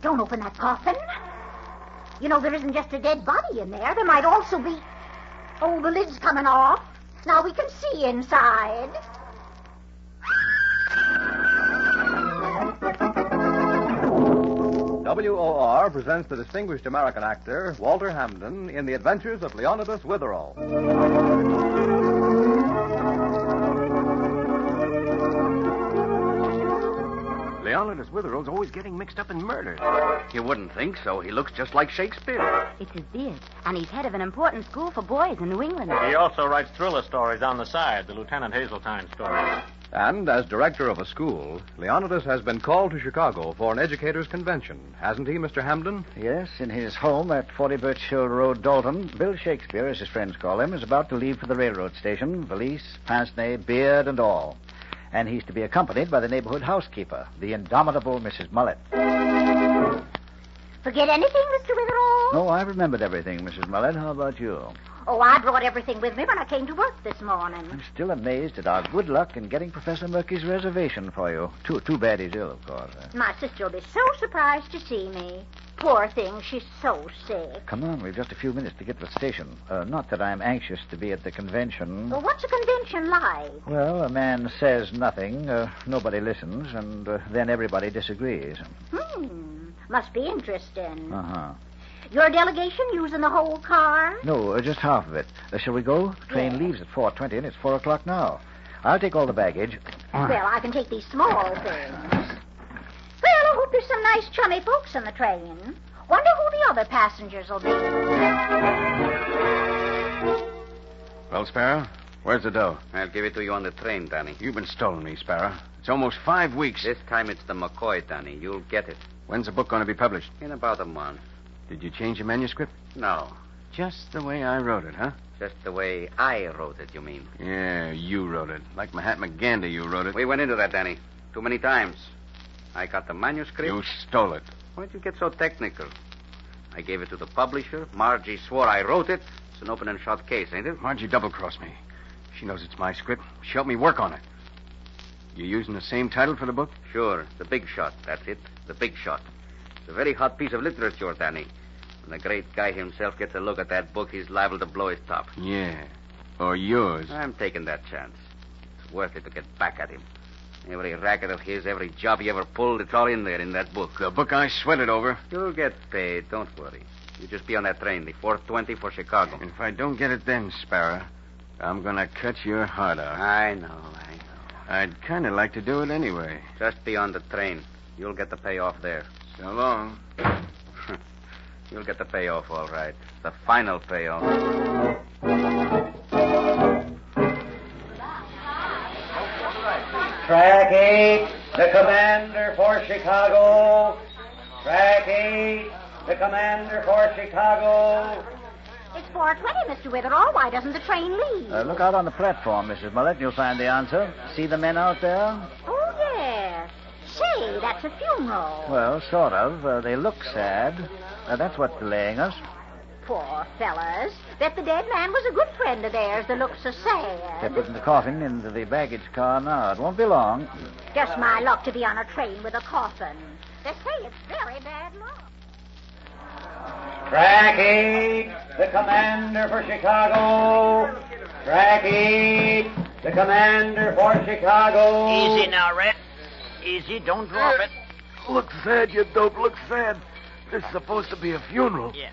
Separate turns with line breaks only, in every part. Don't open that coffin. You know, there isn't just a dead body in there. There might also be. Oh, the lid's coming off. Now we can see inside.
WOR presents the distinguished American actor, Walter Hamden, in The Adventures of Leonidas Witherall.
Leonidas Witherell's always getting mixed up in murders. You wouldn't think so. He looks just like Shakespeare.
It's his beard, and he's head of an important school for boys in New England.
He also writes thriller stories on the side, the Lieutenant Hazeltine stories.
And as director of a school, Leonidas has been called to Chicago for an educators' convention, hasn't he, Mr. Hamden?
Yes, in his home at 40 Birch Hill Road, Dalton, Bill Shakespeare, as his friends call him, is about to leave for the railroad station, valise, pince nez, beard, and all. And he's to be accompanied by the neighborhood housekeeper, the indomitable Mrs. Mullet.
Forget anything, Mr. Witherall?
No, I remembered everything, Mrs. Mullet. How about you?
Oh, I brought everything with me when I came to work this morning.
I'm still amazed at our good luck in getting Professor Murky's reservation for you. Too, too bad he's ill, of course. eh?
My sister will be so surprised to see me. Poor thing, she's so sick.
Come on, we've just a few minutes to get to the station. Uh, not that I'm anxious to be at the convention.
Well, what's a convention like?
Well, a man says nothing, uh, nobody listens, and uh, then everybody disagrees.
Hmm, must be interesting.
Uh huh.
Your delegation using the whole car?
No, uh, just half of it. Uh, shall we go? The train
Yes.
leaves at 4.20, and it's 4 o'clock now. I'll take all the baggage.
Well, I can take these small things. Well, I hope there's some nice chummy folks on the train. Wonder who the other passengers will be.
Well, Sparrow, where's the dough? I'll give it to you on the train, Danny. You've been stolen me, Sparrow. It's almost five weeks. This time it's the McCoy, Danny. You'll get it. When's the book going to be published? In about a month. Did you change your manuscript? No. Just the way I wrote it, huh? Just the way I wrote it, you mean? Yeah, you wrote it. Like Mahatma Gandhi, you wrote it. We went into that, Danny. Too many times. I got the manuscript. You stole it. Why'd you get so technical? I gave it to the publisher. Margie swore I wrote it. It's an open and shut case, ain't it? Margie double crossed me. She knows it's my script. She helped me work on it. You're using the same title for the book? Sure. The Big Shot. That's it. The Big Shot. It's a very hot piece of literature, Danny. When the great guy himself gets a look at that book, he's liable to blow his top.
Yeah. Or yours.
I'm taking that chance. It's worth it to get back at him. Every racket of his, every job he ever pulled, it's all in there in that book.
The book I sweated over.
You'll get paid. Don't worry. You just be on that train, the 420 for Chicago.
If I don't get it then, Sparrow, I'm going to cut your heart out.
I know, I know.
I'd kind of like to do it anyway.
Just be on the train. You'll get the payoff there.
So long.
You'll get the payoff, all right. The final payoff.
Track 8, the commander for Chicago. Track 8, the commander for Chicago.
It's 4.20, Mr. Witherall. Why doesn't the train leave?
Uh, look out on the platform, Mrs. Mullet, and you'll find the answer. See the men out there?
Oh, yes. Say, that's a funeral.
Well, sort of. Uh, they look sad. Uh, that's what's delaying us.
Poor fellas. Bet the dead man was a good friend of theirs that looks so
They're
sad.
putting the coffin into the baggage car now. It won't be long.
Just my luck to be on a train with a coffin. They say it's very bad luck.
Track 8, the commander for Chicago. Track 8, the commander for Chicago.
Easy now, Red. Easy, don't drop it.
Look sad, you dope. Look sad. This is supposed to be a funeral.
Yeah.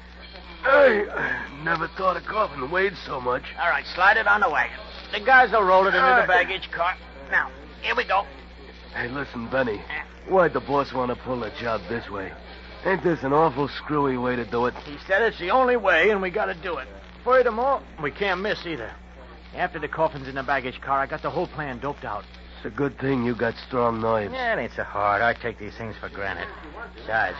Hey, I never thought a coffin weighed so much.
All right, slide it on the wagon. The guys will roll it into the baggage car. Now, here we go.
Hey, listen, Benny. Why'd the boss want to pull the job this way? Ain't this an awful screwy way to do it?
He said it's the only way, and we got to do it. Furthermore, we can't miss either. After the coffin's in the baggage car, I got the whole plan doped out.
It's a good thing you got strong knives.
Yeah, it ain't so hard. I take these things for granted. Besides,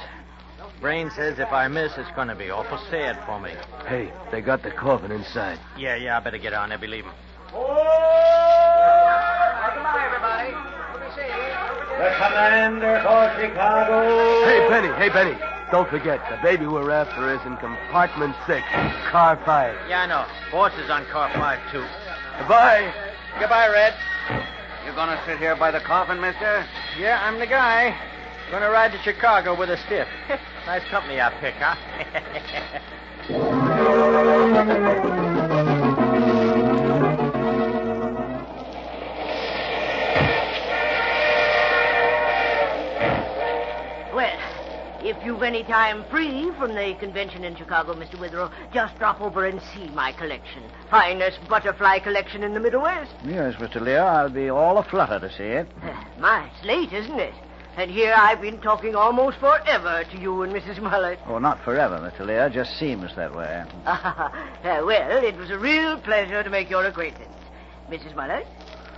Brain says if I miss, it's going to be awful sad for me.
Hey, they got the coffin inside.
Yeah, yeah, I better get on there, believe him.
The commander for Chicago.
Hey, Benny, hey, Benny. Don't forget, the baby we're after is in compartment six, car five.
Yeah, I know. Boss is on car five, too.
Goodbye.
Goodbye, Red.
You You gonna sit here by the coffin, mister?
Yeah, I'm the guy. Gonna ride to Chicago with a stiff. nice company I pick, huh?
Well, if you've any time free from the convention in Chicago, Mr. Withero, just drop over and see my collection. Finest butterfly collection in the Middle West.
Yes, Mr. Lear, I'll be all aflutter to see it.
My, it's late, isn't it? And here I've been talking almost forever to you and Mrs. Mullet.
Oh, not forever, Mr. Lear. Just seems that way.
Ah, well, it was a real pleasure to make your acquaintance. Mrs. Mullet,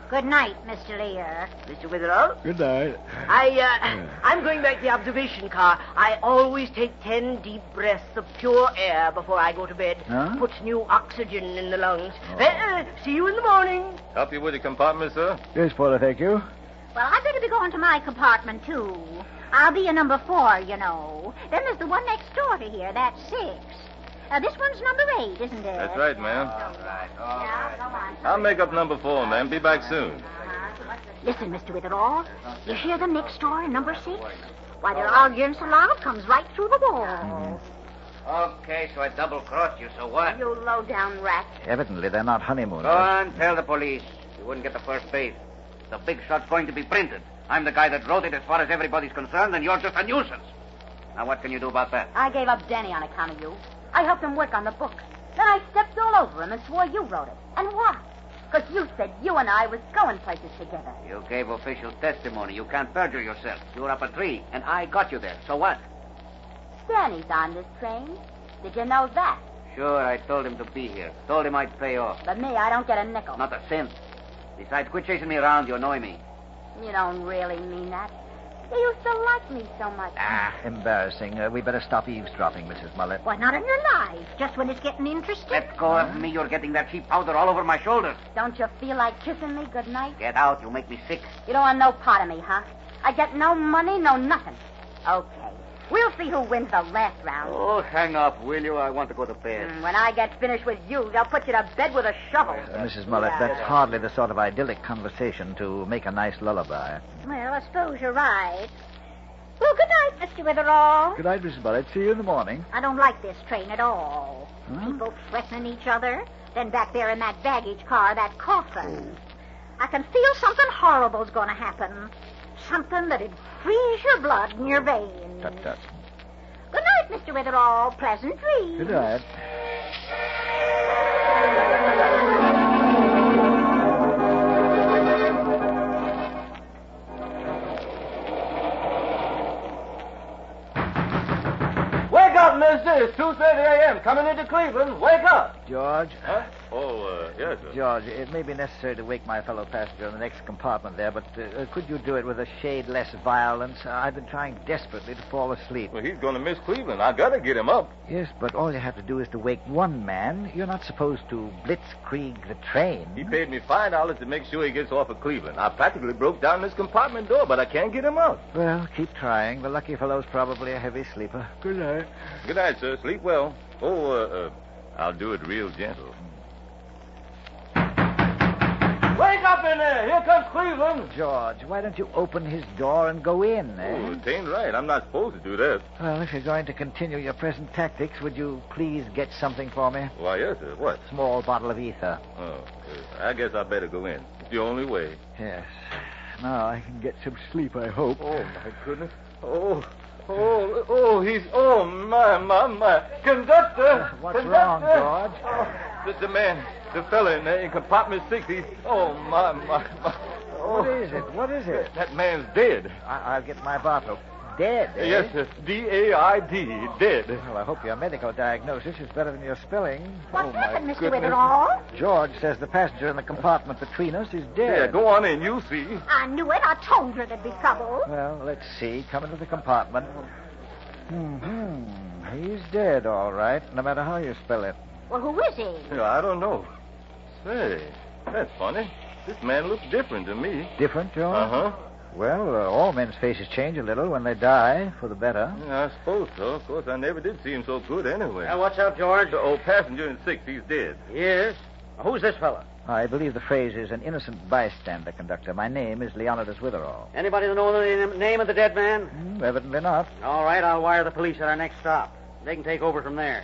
Good night, Mr. Lear.
Mr. Withero,
Good night.
I, uh, I'm going back to the observation car. I always take ten deep breaths of pure air before I go to bed.
Huh?
Puts new oxygen in the lungs. Well, see you in the morning.
Help you with your compartment, sir?
Yes, Paula, thank you.
Well, I'd better be going to my compartment, too. I'll be a number four, you know. Then there's the one next door to here. That's six. Uh, this one's number eight, isn't it?
That's right, ma'am.
right. yeah, go on.
I'll make up number four, ma'am. Be back soon.
Listen, Mr. Witherall. You hear them next door in number six? Why, they're
Oh.
arguing so loud, comes right through the wall.
Okay, so I double crossed you, so what?
You low down rat.
Evidently, they're not honeymooners.
Go on, tell the police. You wouldn't get the first page. The big shot's going to be printed. I'm the guy that wrote it as far as everybody's concerned, and you're just a nuisance. Now, what can you do about that?
I gave up Danny on account of you. I helped him work on the book. Then I stepped all over him and swore you wrote it. And why? Because you said you and I was going places together.
You gave official testimony. You can't perjure yourself. You were up a tree, and I got you there. So what?
Danny's on this train. Did you know that?
Sure, I told him to be here. Told him I'd pay off.
But me, I don't get a nickel.
Not a cent. Besides, quit chasing me around. You annoy me.
You don't really mean that. You used to like me so much.
Ah.
Ah, Embarrassing. Uh, we better stop eavesdropping, Mrs. Mullet.
Why, not in your life, just when it's getting interesting.
Let go of me. You're getting that cheap powder all over my shoulders.
Don't you feel like kissing me good night?
Get out. You make me sick.
You don't want no part of me, huh? I get no money, no nothing. Okay. We'll see who wins the last round.
Oh, hang up, will you? I want to go to bed.
And When I get finished with you, they'll put you to bed with a shovel.
Uh, Mrs. Mullet,
Yeah.
that's hardly the sort of idyllic conversation to make a nice lullaby.
Well, I suppose you're right. Well, good night, Mr. Witherall.
Good night, Mrs. Mullet. See you in the morning.
I don't like this train at all. People threatening each other. Then back there in that baggage car, that coffin. I can feel something horrible's going to happen. Something that'd freeze your blood in your veins.
Tut, tut.
Good night, Mr. Witherall. Pleasant dreams.
Good night.
Wake up, mister. It's 2.30 a.m. Coming into Cleveland. Wake up.
George?
Oh, uh, yes, sir.
George, it may be necessary to wake my fellow passenger in the next compartment there, but uh, uh, could you do it with a shade less violence? I've been trying desperately to fall asleep.
Well, he's going to miss Cleveland. I got to get him up.
Yes, but all you have to do is to wake one man. You're not supposed to blitzkrieg the train.
He paid me $5 to make sure he gets off of Cleveland. I practically broke down this compartment door, but I can't get him up.
Well, keep trying. The lucky fellow's probably a heavy sleeper. Good night.
Good night, sir. Sleep well. Oh, uh, uh, I'll do it real gentle.
Wake up in there. Here comes Cleveland.
George, why don't you open his door and go in, eh?
Oh, it ain't right. I'm not supposed to do that.
Well, if you're going to continue your present tactics, would you please get something for me?
Why, yes, sir. What?
Small bottle of ether.
Oh, uh, I guess I better go in. It's the only way.
Yes. Now I can get some sleep, I hope.
Oh, my goodness. Oh, oh, oh, he's. Oh, my, my, my. Conductor!
What's wrong,
Conductor!
George?
The, the man, the fella in there in compartment six, he's. Oh, my, my, my. Oh.
What is it? What is it?
That man's dead.
I- I'll get my bottle. Dead, eh?
Yes, sir. D A I D, dead.
Well, I hope your medical diagnosis is better than your spelling.
Oh,
What's happened, Mr.
goodness.
Witherall?
George says the passenger in the compartment between us is
Yeah,
dead.
go on in. You see.
I knew it. I told her there'd be trouble.
Well, let's see. Come into the compartment. hmm He's dead, all right, no matter how you spell it.
Well, who is he?
Yeah, I don't know. Say, that's funny. This man looks different to me.
Different, George?
Uh huh.
Well, uh, all men's faces change a little when they die, for the better.
Yeah, I suppose so. Of course, I never did see him so good anyway. Now, what's up, George? The old passenger in six, he's dead.
Yes.
Who's this fella?
I believe the phrase is an innocent bystander, conductor. My name is Leonidas Witherall.
Anybody that know the name of the dead man?
Hmm, evidently not.
All right, I'll wire the police at our next stop. They can take over from there.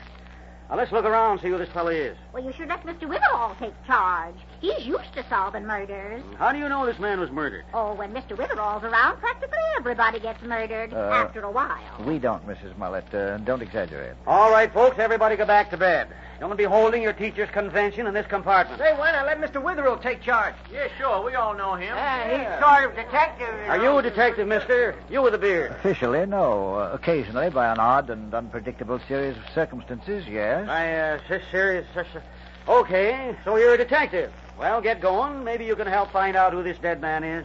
Now, let's look around and see who this fella is.
Well, you should let Mr. Witherall take charge. He's used to solving murders.
How do you know this man was murdered?
Oh, when Mr. Witherall's around, practically everybody gets murdered
Uh,
after a while.
We don't, Mrs. Mullet. Uh, don't exaggerate.
All right, folks, everybody go back to bed. Don't be holding your teacher's convention in this compartment.
Say, why not let Mr. Witherell take charge? Yeah, sure. We all know him.
Yeah.
Uh, sort of detective.
Are you a detective, mister? You with a beard.
Officially, no. Uh, occasionally, by an odd and unpredictable series of circumstances, yes.
I, uh, s- serious. s- s- Okay, so you're a detective. Well, get going. Maybe you can help find out who this dead man is.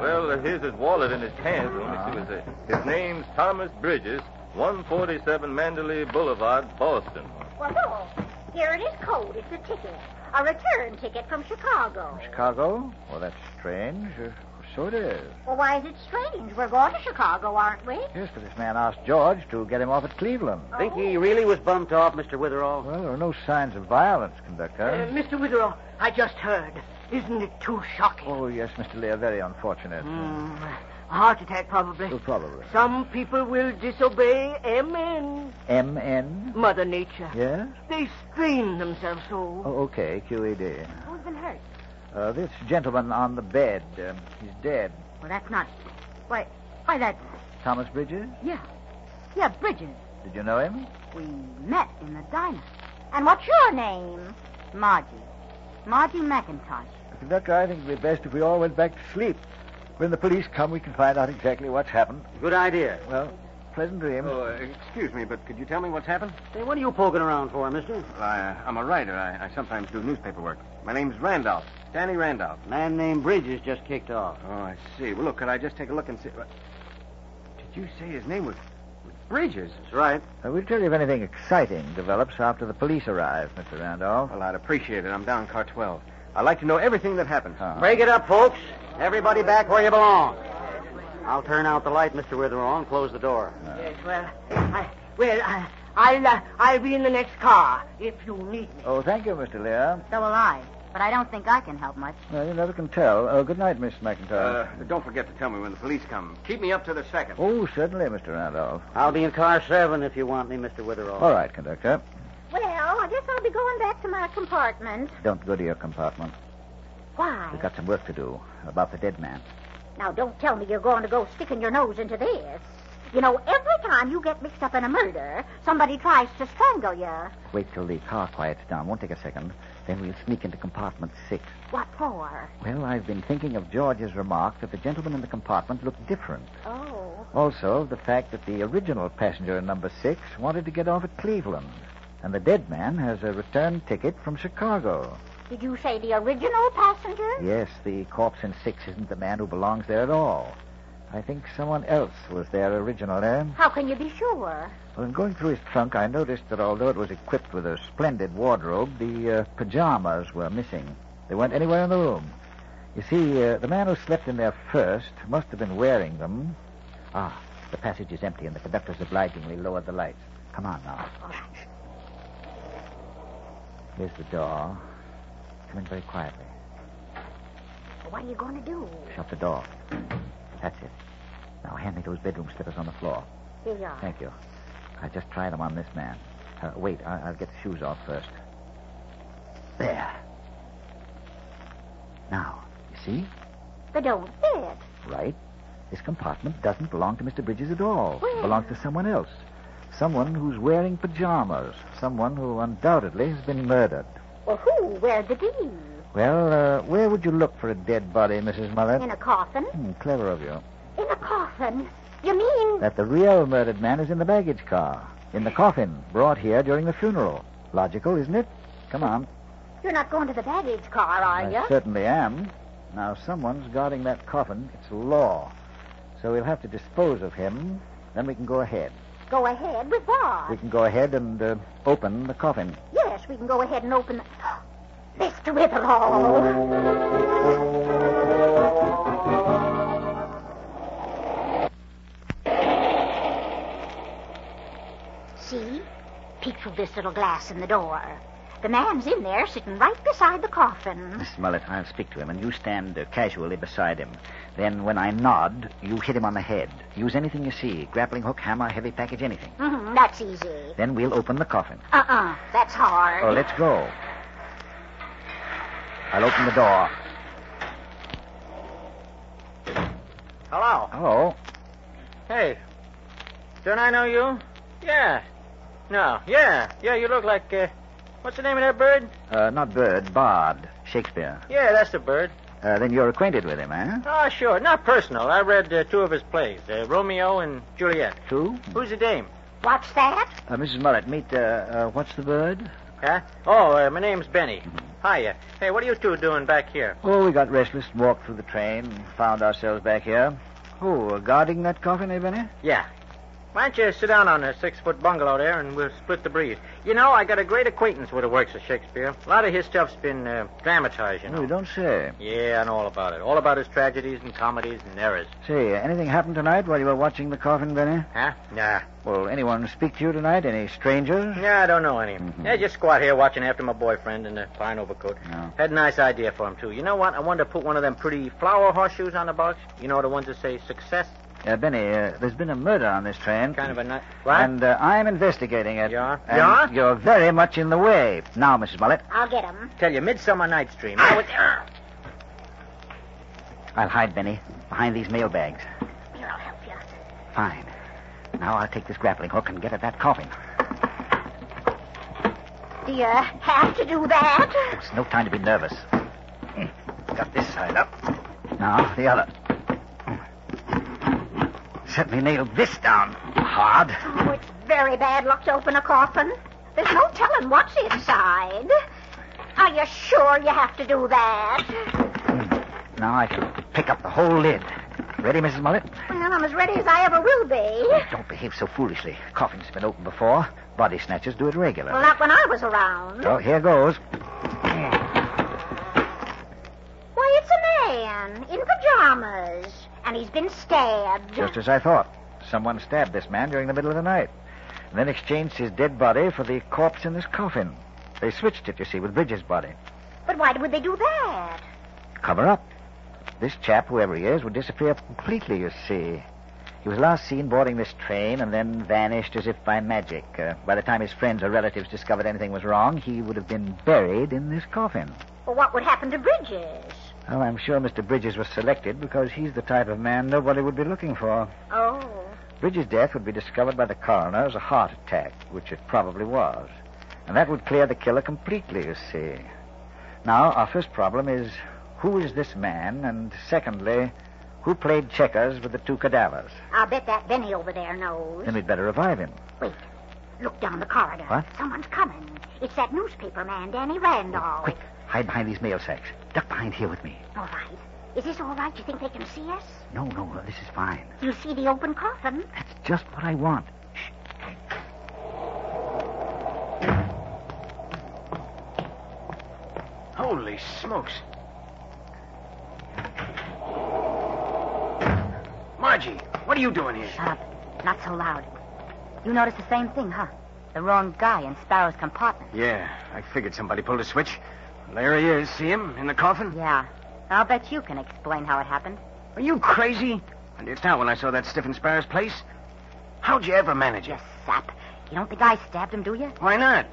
Well, uh, here's his wallet in his pants. Let me see what's it. His name's Thomas Bridges, 147 Mandalay Boulevard, Boston.
Well, here it is cold. It's a ticket. A return ticket from Chicago.
Chicago? Well, that's strange. Uh, so it is.
Well, why is it strange? We're going to Chicago, aren't we?
Yes, but this man asked George to get him off at Cleveland.
Think he really was bumped off, Mr. Witherall?
Well, there are no signs of violence, conductor.
Uh, Mr. Witherell, I just heard.
Uh,
Isn't it too shocking?
Oh, yes, Mr. Lear, very unfortunate.
Mm.
Hmm, A heart attack, probably.
Well, probably.
Some people will disobey MN,
M.N.?
Mother Nature.
Yes?
They strain themselves so.
Oh, okay, QED.
Who's been hurt?
Uh, this gentleman on the bed, um, he's dead.
Well, that's not. Why, why that?
Thomas Bridges?
Yeah, yeah, Bridges.
Did you know him?
We met in the diner.
And what's your name?
Margie, Margie McIntosh.
Conductor, I think it'd be best if we all went back to sleep. When the police come, we can find out exactly what's happened.
Good idea.
Well, pleasant dreams.
Oh, excuse me, but could you tell me what's happened?
Say, what are you poking around for, mister?
I, uh, I'm a writer. I, I sometimes do newspaper work. My name's Randolph. Danny Randolph.
Man named Bridges just kicked off.
Oh, I see. Well, look, could I just take a look and see? uh, Did you say his name was, was Bridges?
That's right.
Uh, we'll tell you if anything exciting develops after the police arrive, Mr. Randolph.
Well, I'd appreciate it. I'm down car 12. I'd like to know everything that happened.
Uh-huh. Break it up, folks. Everybody back where you belong. I'll turn out the light, Mr. Witherall, and close the door.
Yes, well, I, well, I, I'll, uh, I'll be in the next car if you need me.
Oh, thank you, Mr. Lear.
So will I, but I don't think I can help much.
Well, you never can tell. Uh, good night, Miss McIntyre.
Uh, don't forget to tell me when the police come. Keep me up to the second.
oh, certainly, Mr. Randolph.
I'll be in car seven if you want me, Mr. Witherall.
All right, conductor.
Well, I guess I'll be going back to my compartment.
Don't go to your compartment.
Why?
We've got some work to do about the dead man.
Now, don't tell me you're going to go sticking your nose into this. You know, every time you get mixed up in a murder, somebody tries to strangle you.
Wait till the car quiets down. Won't take a second. Then we'll sneak into compartment six.
What for?
Well, I've been thinking of George's remark that the gentleman in the compartment looked different.
Oh.
Also, the fact that the original passenger in number six wanted to get off at Cleveland. And the dead man has a return ticket from Chicago.
Did you say the original passenger?
Yes, the corpse in six isn't the man who belongs there at all. I think someone else was eh? there originally.
How can you be sure?
Well, in going through his trunk, I noticed that although it was equipped with a splendid wardrobe, the uh, pajamas were missing. They weren't anywhere in the room. You see, uh, the man who slept in there first must have been wearing them. Ah, the passage is empty, and the conductor's obligingly lowered the lights. Come on now. Here's the door. Come in very quietly.
What are you going to do?
Shut the door. That's it. Now hand me those bedroom slippers on the floor.
Here you are.
Thank you. I just try them on this man. Uh, wait, I- I'll get the shoes off first. There. Now, you see?
They don't fit.
Right. This compartment doesn't belong to Mr. Bridges at all. It belongs to someone else. Someone who's wearing pajamas. Someone who undoubtedly has been murdered.
Well, who? Where'd the deed?
Well, uh, where would you look for a dead body, Mrs. Muller?
In a coffin?
Hmm, clever of you.
In a coffin? You mean?
That the real murdered man is in the baggage car, in the coffin, brought here during the funeral. Logical, isn't it? Come on.
You're not going to the baggage car, are you?
I certainly am. Now, someone's guarding that coffin. It's law. So we'll have to dispose of him. Then we can go ahead.
Go ahead with what?
We can go ahead and uh, open the coffin.
Yes, we can go ahead and open the... Mr. Witherall! See? Peek through this little glass in the door. The man's in there sitting right beside the coffin.
Miss Mullet, I'll speak to him, and you stand uh, casually beside him. Then, when I nod, you hit him on the head. Use anything you see grappling hook, hammer, heavy package, anything.
Mhm, that's easy.
Then we'll open the coffin.
Uh-uh, that's hard.
Oh, let's go. I'll open the door.
Hello.
Hello.
Hey. Don't I know you? Yeah. No. Yeah. Yeah, you look like, uh, what's the name of that bird?
Uh, not Bird, Bard, Shakespeare.
Yeah, that's the bird.
Uh, then you're acquainted with him, eh?
Ah, sure. Not personal. I read uh, two of his plays, uh, Romeo and Juliet.
Who?
Who's the dame?
What's that?
Uh, Mrs. Mullet, meet, uh, uh, what's the bird?
Huh? Oh, uh, my name's Benny. Hiya. Hey, what are you two doing back here?
Oh, we got restless and walked through the train and found ourselves back here. Oh, uh, guarding that coffin, eh, Benny?
Yeah. Why don't you sit down on the six foot bungalow there and we'll split the breeze? You know, I got a great acquaintance with the works of Shakespeare. A lot of his stuff's been uh, dramatized, you know.
Oh, you don't say.
Yeah, I know all about it. All about his tragedies and comedies and errors.
Say, anything happened tonight while you were watching the coffin, Benny?
Huh? Nah.
Well, anyone speak to you tonight? Any strangers? Mm-hmm.
Yeah, I don't know any. Yeah, just squat here watching after my boyfriend in a fine overcoat. Had a nice idea for him, too. You know what? I wanted to put one of them pretty flower horseshoes on the box. You know, the ones that say success?
Uh, Benny, uh, there's been a murder on this train.
Kind of a nice. What?
And uh, I'm investigating it. You are?
You are?
You're very much in the way. Now, Mrs. Mullet,
I'll get him.
Tell you, Midsummer Night's Dream. I was there.
I'll hide Benny behind these mailbags.
Here, I'll help you.
Fine. Now I'll take this grappling hook and get at that coffin.
Do you have to do that?
It's no time to be nervous. Hmm. Got this side up. Now, the other. Certainly nailed this down hard.
Oh, it's very bad luck to open a coffin. There's no telling what's inside. Are you sure you have to do that?
Now I can pick up the whole lid. Ready, Mrs. Mullet?
Well, I'm as ready as I ever will be.
Don't behave so foolishly. Coffin's been opened before. Body snatchers do it
Well,
regularly.
not when I was around.
So here goes.
Why, it's a man in pajamas, and he's been stabbed.
Just as I thought. Someone stabbed this man during the middle of the night, and then exchanged his dead body for the corpse in this coffin. They switched it, you see, with Bridges' body.
But why would they do that?
Cover up. This chap, whoever he is, would disappear completely, you see. He was last seen boarding this train and then vanished as if by magic. Uh, by the time his friends or relatives discovered anything was wrong, he would have been buried in this coffin.
Well, what would happen to Bridges?
Well, I'm sure Mr. Bridges was selected because he's the type of man nobody would be looking for.
Oh.
Bridges' death would be discovered by the coroner as a heart attack, which it probably was. And that would clear the killer completely, you see. Now, our first problem is who is this man? And secondly, who played checkers with the two cadavers?
I'll bet that Benny over there knows.
Then we'd better revive him.
Look down the corridor.
What?
Someone's coming. It's that newspaper man, Danny Randolph.
Quick, hide behind these mail sacks. Duck behind here with me.
All right. Is this all right? You think they can see us?
No, no, no, this is fine.
You see the open coffin?
It's just what I want.
Holy smokes.
Margie, what are you doing here? Shut up. Not so loud. You noticed the same thing, huh? The wrong guy in Sparrow's compartment.
Yeah, I figured somebody pulled a switch. There he is. See him in the coffin?
Yeah. I'll bet you can explain how it happened.
Are you crazy? I did not when I saw that stiff in Sparrow's place. How'd you ever manage it?
Sap. You don't think I stabbed him, do you?
Why not?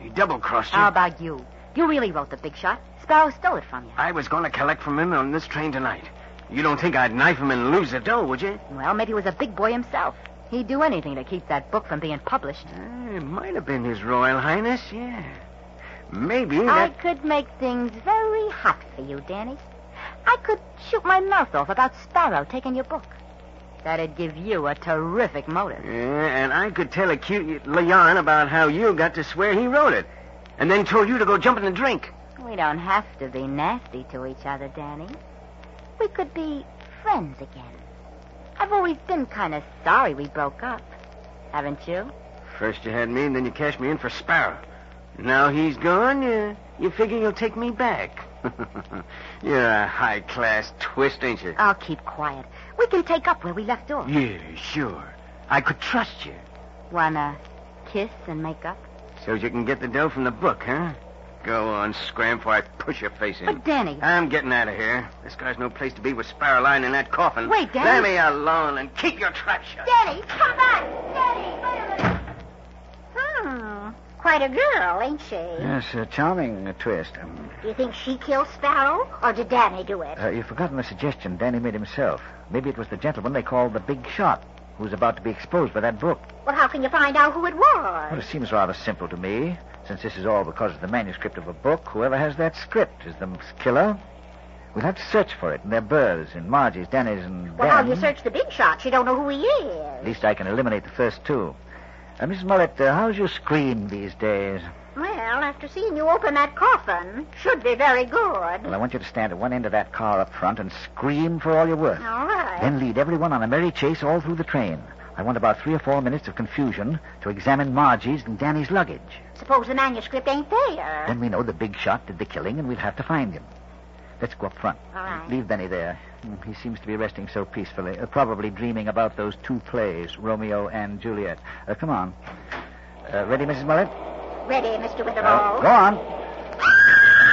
He double crossed you.
How about you? You really wrote the big shot. Sparrow stole it from you.
I was going to collect from him on this train tonight. You don't think I'd knife him and lose the dough, would you?
Well, maybe he was a big boy himself. He'd do anything to keep that book from being published.
It might have been His Royal Highness, yeah. Maybe
I
that.
could make things very hot for you, Danny. I could shoot my mouth off about Sparrow taking your book. That'd give you a terrific motive.
Yeah, and I could tell a cute Leon about how you got to swear he wrote it, and then told you to go jump in the drink.
We don't have to be nasty to each other, Danny. We could be friends again. I've always been kind of sorry we broke up, haven't you?
First you had me, and then you cashed me in for Sparrow. Now he's gone, you, you figure you'll take me back. You're a high class twist, ain't you?
I'll keep quiet. We can take up where we left off.
Yeah, sure. I could trust you.
Wanna kiss and make up?
So you can get the dough from the book, huh? Go on, scram before I push your face in.
But, Danny-
I'm getting out of here. This guy's no place to be with Sparrow lying in that coffin.
Wait, Danny-
Let me alone and keep your trap shut.
Daddy, come back! Daddy, wait a minute. Hmm. Quite a girl, ain't she?
Yes, a charming twist. Um,
Do you think she killed Sparrow, or did Danny do it?
uh, you've forgotten the suggestion Danny made himself. Maybe it was the gentleman they called the big shot who's about to be exposed by that brook.
Well, how can you find out who it
Well,
was?
it seems rather simple to me. Since this is all because of the manuscript of a book, whoever has that script is the m- killer. We'll have to search for it in their berths, in Margie's, Danny's, and
Well, how do you
Ben's.
search the big shots? You don't know who he is.
At least I can eliminate the first two. Uh, Mrs. Mullet, uh, how's your screen these days?
Well, after seeing you open that coffin, should be very good.
Well, I want you to stand at one end of that car up front and scream for all you're worth.
All right.
Then lead everyone on a merry chase all through the train. I want about three or four minutes of confusion to examine Margie's and Danny's luggage.
Suppose the manuscript ain't there.
Then we know the big shot did the killing, and we'll have to find him. Let's go up front.
All right.
Leave Benny there. Mm, He seems to be resting so peacefully, uh, probably dreaming about those two plays, Romeo and Juliet. Uh, come on. Uh, ready, Mrs. Mullet?
Ready, Mr. Witherall?
Uh, go on.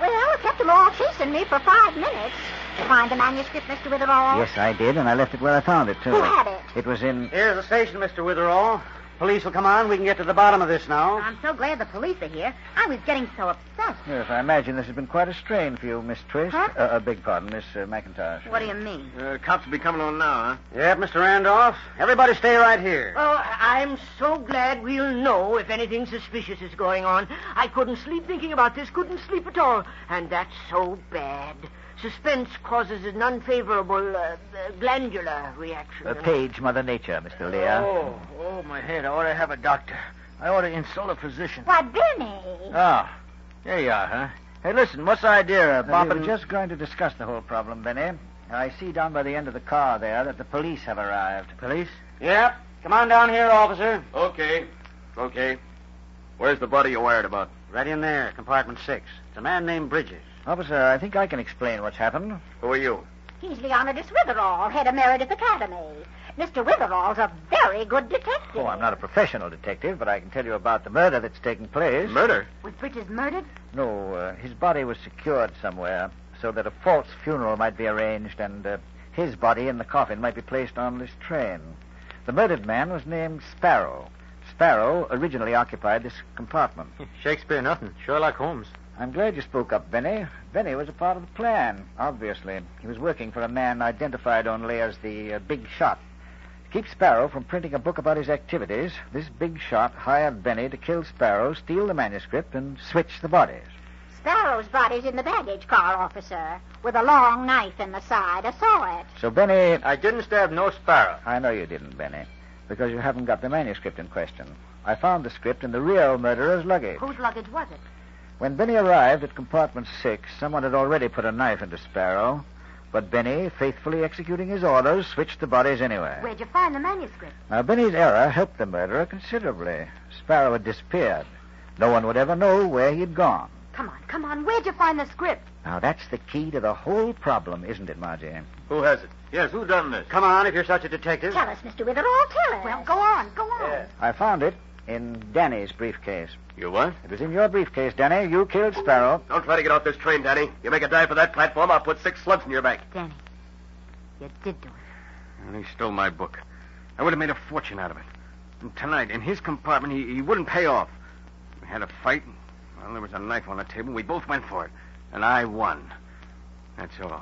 Well, it kept them all chasing me for five minutes. Did you find the manuscript, Mr. Witherall?
Yes, I did, and I left it where I found it, too.
Who had it?
It was in.
Here's the station, Mr. Witherall. Police will come on. We can get to the bottom of this now.
I'm so glad the police are here. I was getting so
Ah.
upset.
Yes, I imagine this has been quite a strain for you, Miss Twist.
Huh?
Uh, uh, beg pardon, Miss uh, McIntosh.
What do you mean?
Uh, cops will be coming on now, huh? Yep, Mr. Randolph. Everybody stay right here.
Oh, I'm so glad we'll know if anything suspicious is going on. I couldn't sleep thinking about this, couldn't sleep at all. And that's so bad. Suspense causes an unfavorable uh, uh, glandular reaction.
Uh, page Mother Nature, Mr. Lear.
Oh, oh, my head. I ought to have a doctor. I ought to insult a physician.
Why, Benny.
Uh,
Ah, there you are, huh? Hey, listen, what's the idea of
Uh, we
bopping...
were just going to discuss the whole problem, Benny. I see down by the end of the car there that the police have arrived. Police?
Yep. Come on down here, officer.
Okay. Okay. Where's the buddy you wired about?
Right in there, compartment six. It's a man named Bridges.
Officer, I think I can explain what's happened.
Who are you?
He's Leonidas Witherall, head of Meredith Academy. Mr. Witherall's a very good detective.
Oh, I'm not a professional detective, but I can tell you about the murder that's taken place.
Murder?
Was Bridges murdered?
No, uh, his body was secured somewhere so that a false funeral might be arranged and uh, his body in the coffin might be placed on this train. The murdered man was named Sparrow. Sparrow originally occupied this compartment.
Shakespeare, nothing. Sherlock Holmes.
I'm glad you spoke up, Benny. Benny was a part of the plan, obviously. He was working for a man identified only as the uh, Big Shot. To keep Sparrow from printing a book about his activities, this Big Shot hired Benny to kill Sparrow, steal the manuscript, and switch the bodies.
Sparrow's body's in the baggage car, officer, with a long knife in the side. I saw it.
So, Benny.
I didn't stab no sparrow.
I know you didn't, Benny, because you haven't got the manuscript in question. I found the script in the real murderer's luggage.
Whose luggage was it?
When Benny arrived at compartment six, someone had already put a knife into Sparrow, but Benny, faithfully executing his orders, switched the bodies anyway.
Where'd you find the manuscript?
Now, Benny's error helped the murderer considerably. Sparrow had disappeared. No one would ever know where he'd gone.
Come on, come on. Where'd you find the script?
Now, that's the key to the whole problem, isn't it, Margie?
Who has it? Yes, who done this?
Come on, if you're such a detective.
Tell us, Mr. Witherall, tell us. Well, go on, go on.
I found it in Danny's briefcase.
You what?
It was in your briefcase, Danny. You killed Sparrow.
Don't try to get off this train, Danny. You make a dive for that platform, I'll put six slugs in your back.
Danny, you did do it.
And he stole my book. I would have made a fortune out of it. And tonight, in his compartment, he, he wouldn't pay off. We had a fight. Well, there was a knife on the table. We both went for it. And I won. That's all.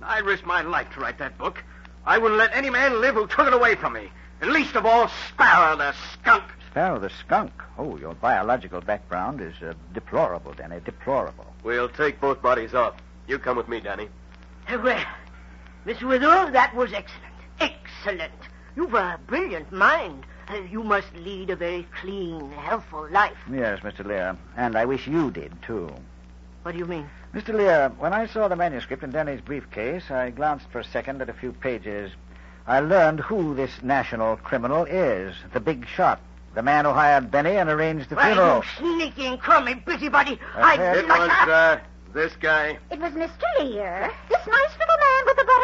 I risked my life to write that book. I wouldn't let any man live who took it away from me. And least of all, Sparrow the skunk.
Sparrow the skunk. Oh, your biological background is uh, deplorable, Danny. Deplorable.
We'll take both bodies off. You come with me, Danny.
Uh, Well, Miss Witherell, that was excellent. Excellent. You've a brilliant mind. Uh, You must lead a very clean, healthful life.
Yes, Mr. Lear. And I wish you did, too.
What do you mean?
Mr. Lear, when I saw the manuscript in Danny's briefcase, I glanced for a second at a few pages. I learned who this national criminal is the big shot, the man who hired Benny and arranged the
Why,
funeral.
you sneaking, crummy busybody.
I'd
I'd
It
like
was,
to-
this guy.
It was Mr. Lear. This nice little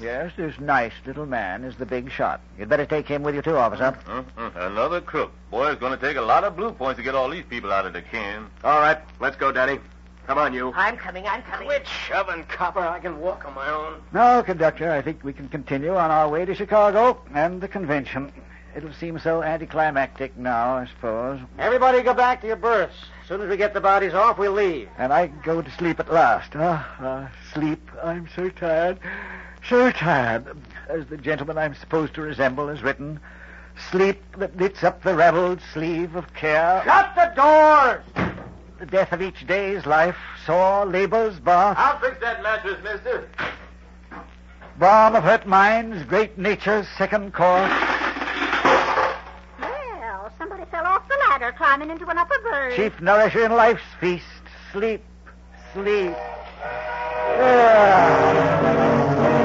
Yes, this nice little man is the big shot. You'd better take him with you, too, officer.
Mm-mm. Mm-hmm. Another crook. Boy, it's going to take a lot of blue points to get all these people out of the can.
All right, let's go, Daddy. Come on, you.
I'm coming, I'm coming.
Quit shoving, copper. I can walk on my own.
No, conductor, I think we can continue on our way to Chicago and the convention. It'll seem so anticlimactic now, I suppose.
Everybody go back to your berths. As soon as we get the bodies off, we'll leave.
And I go to sleep at last. Ah, ah, sleep. I'm so tired. So tired. As the gentleman I'm supposed to resemble has written, sleep that knits up the raveled sleeve of care.
Shut the doors!
The death of each day's life, sore labor's bath.
I'll fix that mattress, mister.
Balm of hurt minds, great nature's second course.
Well, somebody fell off the ladder climbing into an upper bird.
Chief nourisher in life's feast, sleep, sleep. Ah.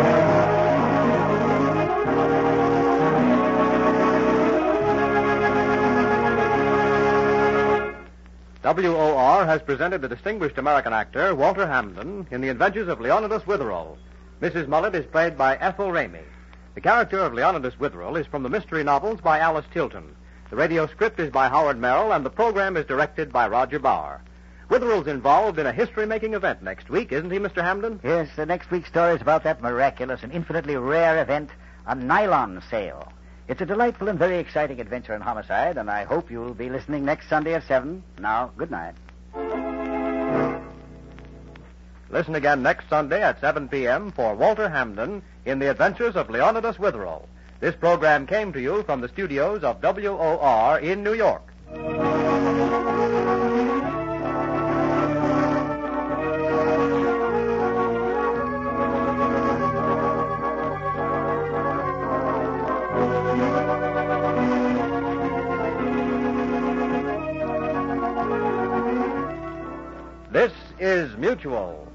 WOR has presented the distinguished American actor Walter Hamden in The Adventures of Leonidas Witherell. Mrs. Mullet is played by Ethel Ramey. The character of Leonidas Witherell is from the mystery novels by Alice Tilton. The radio script is by Howard Merrill, and the program is directed by Roger Bauer. Witherell's involved in a history-making event next week, isn't he, Mr. Hamden?
Yes, the next week's story is about that miraculous and infinitely rare event, a nylon sale. It's a delightful and very exciting adventure in homicide, and I hope you'll be listening next Sunday at 7. Now, good night.
Listen again next Sunday at 7 p.m. for Walter Hamden in The Adventures of Leonidas Witherell. This program came to you from the studios of WOR in New York. This is Mutual.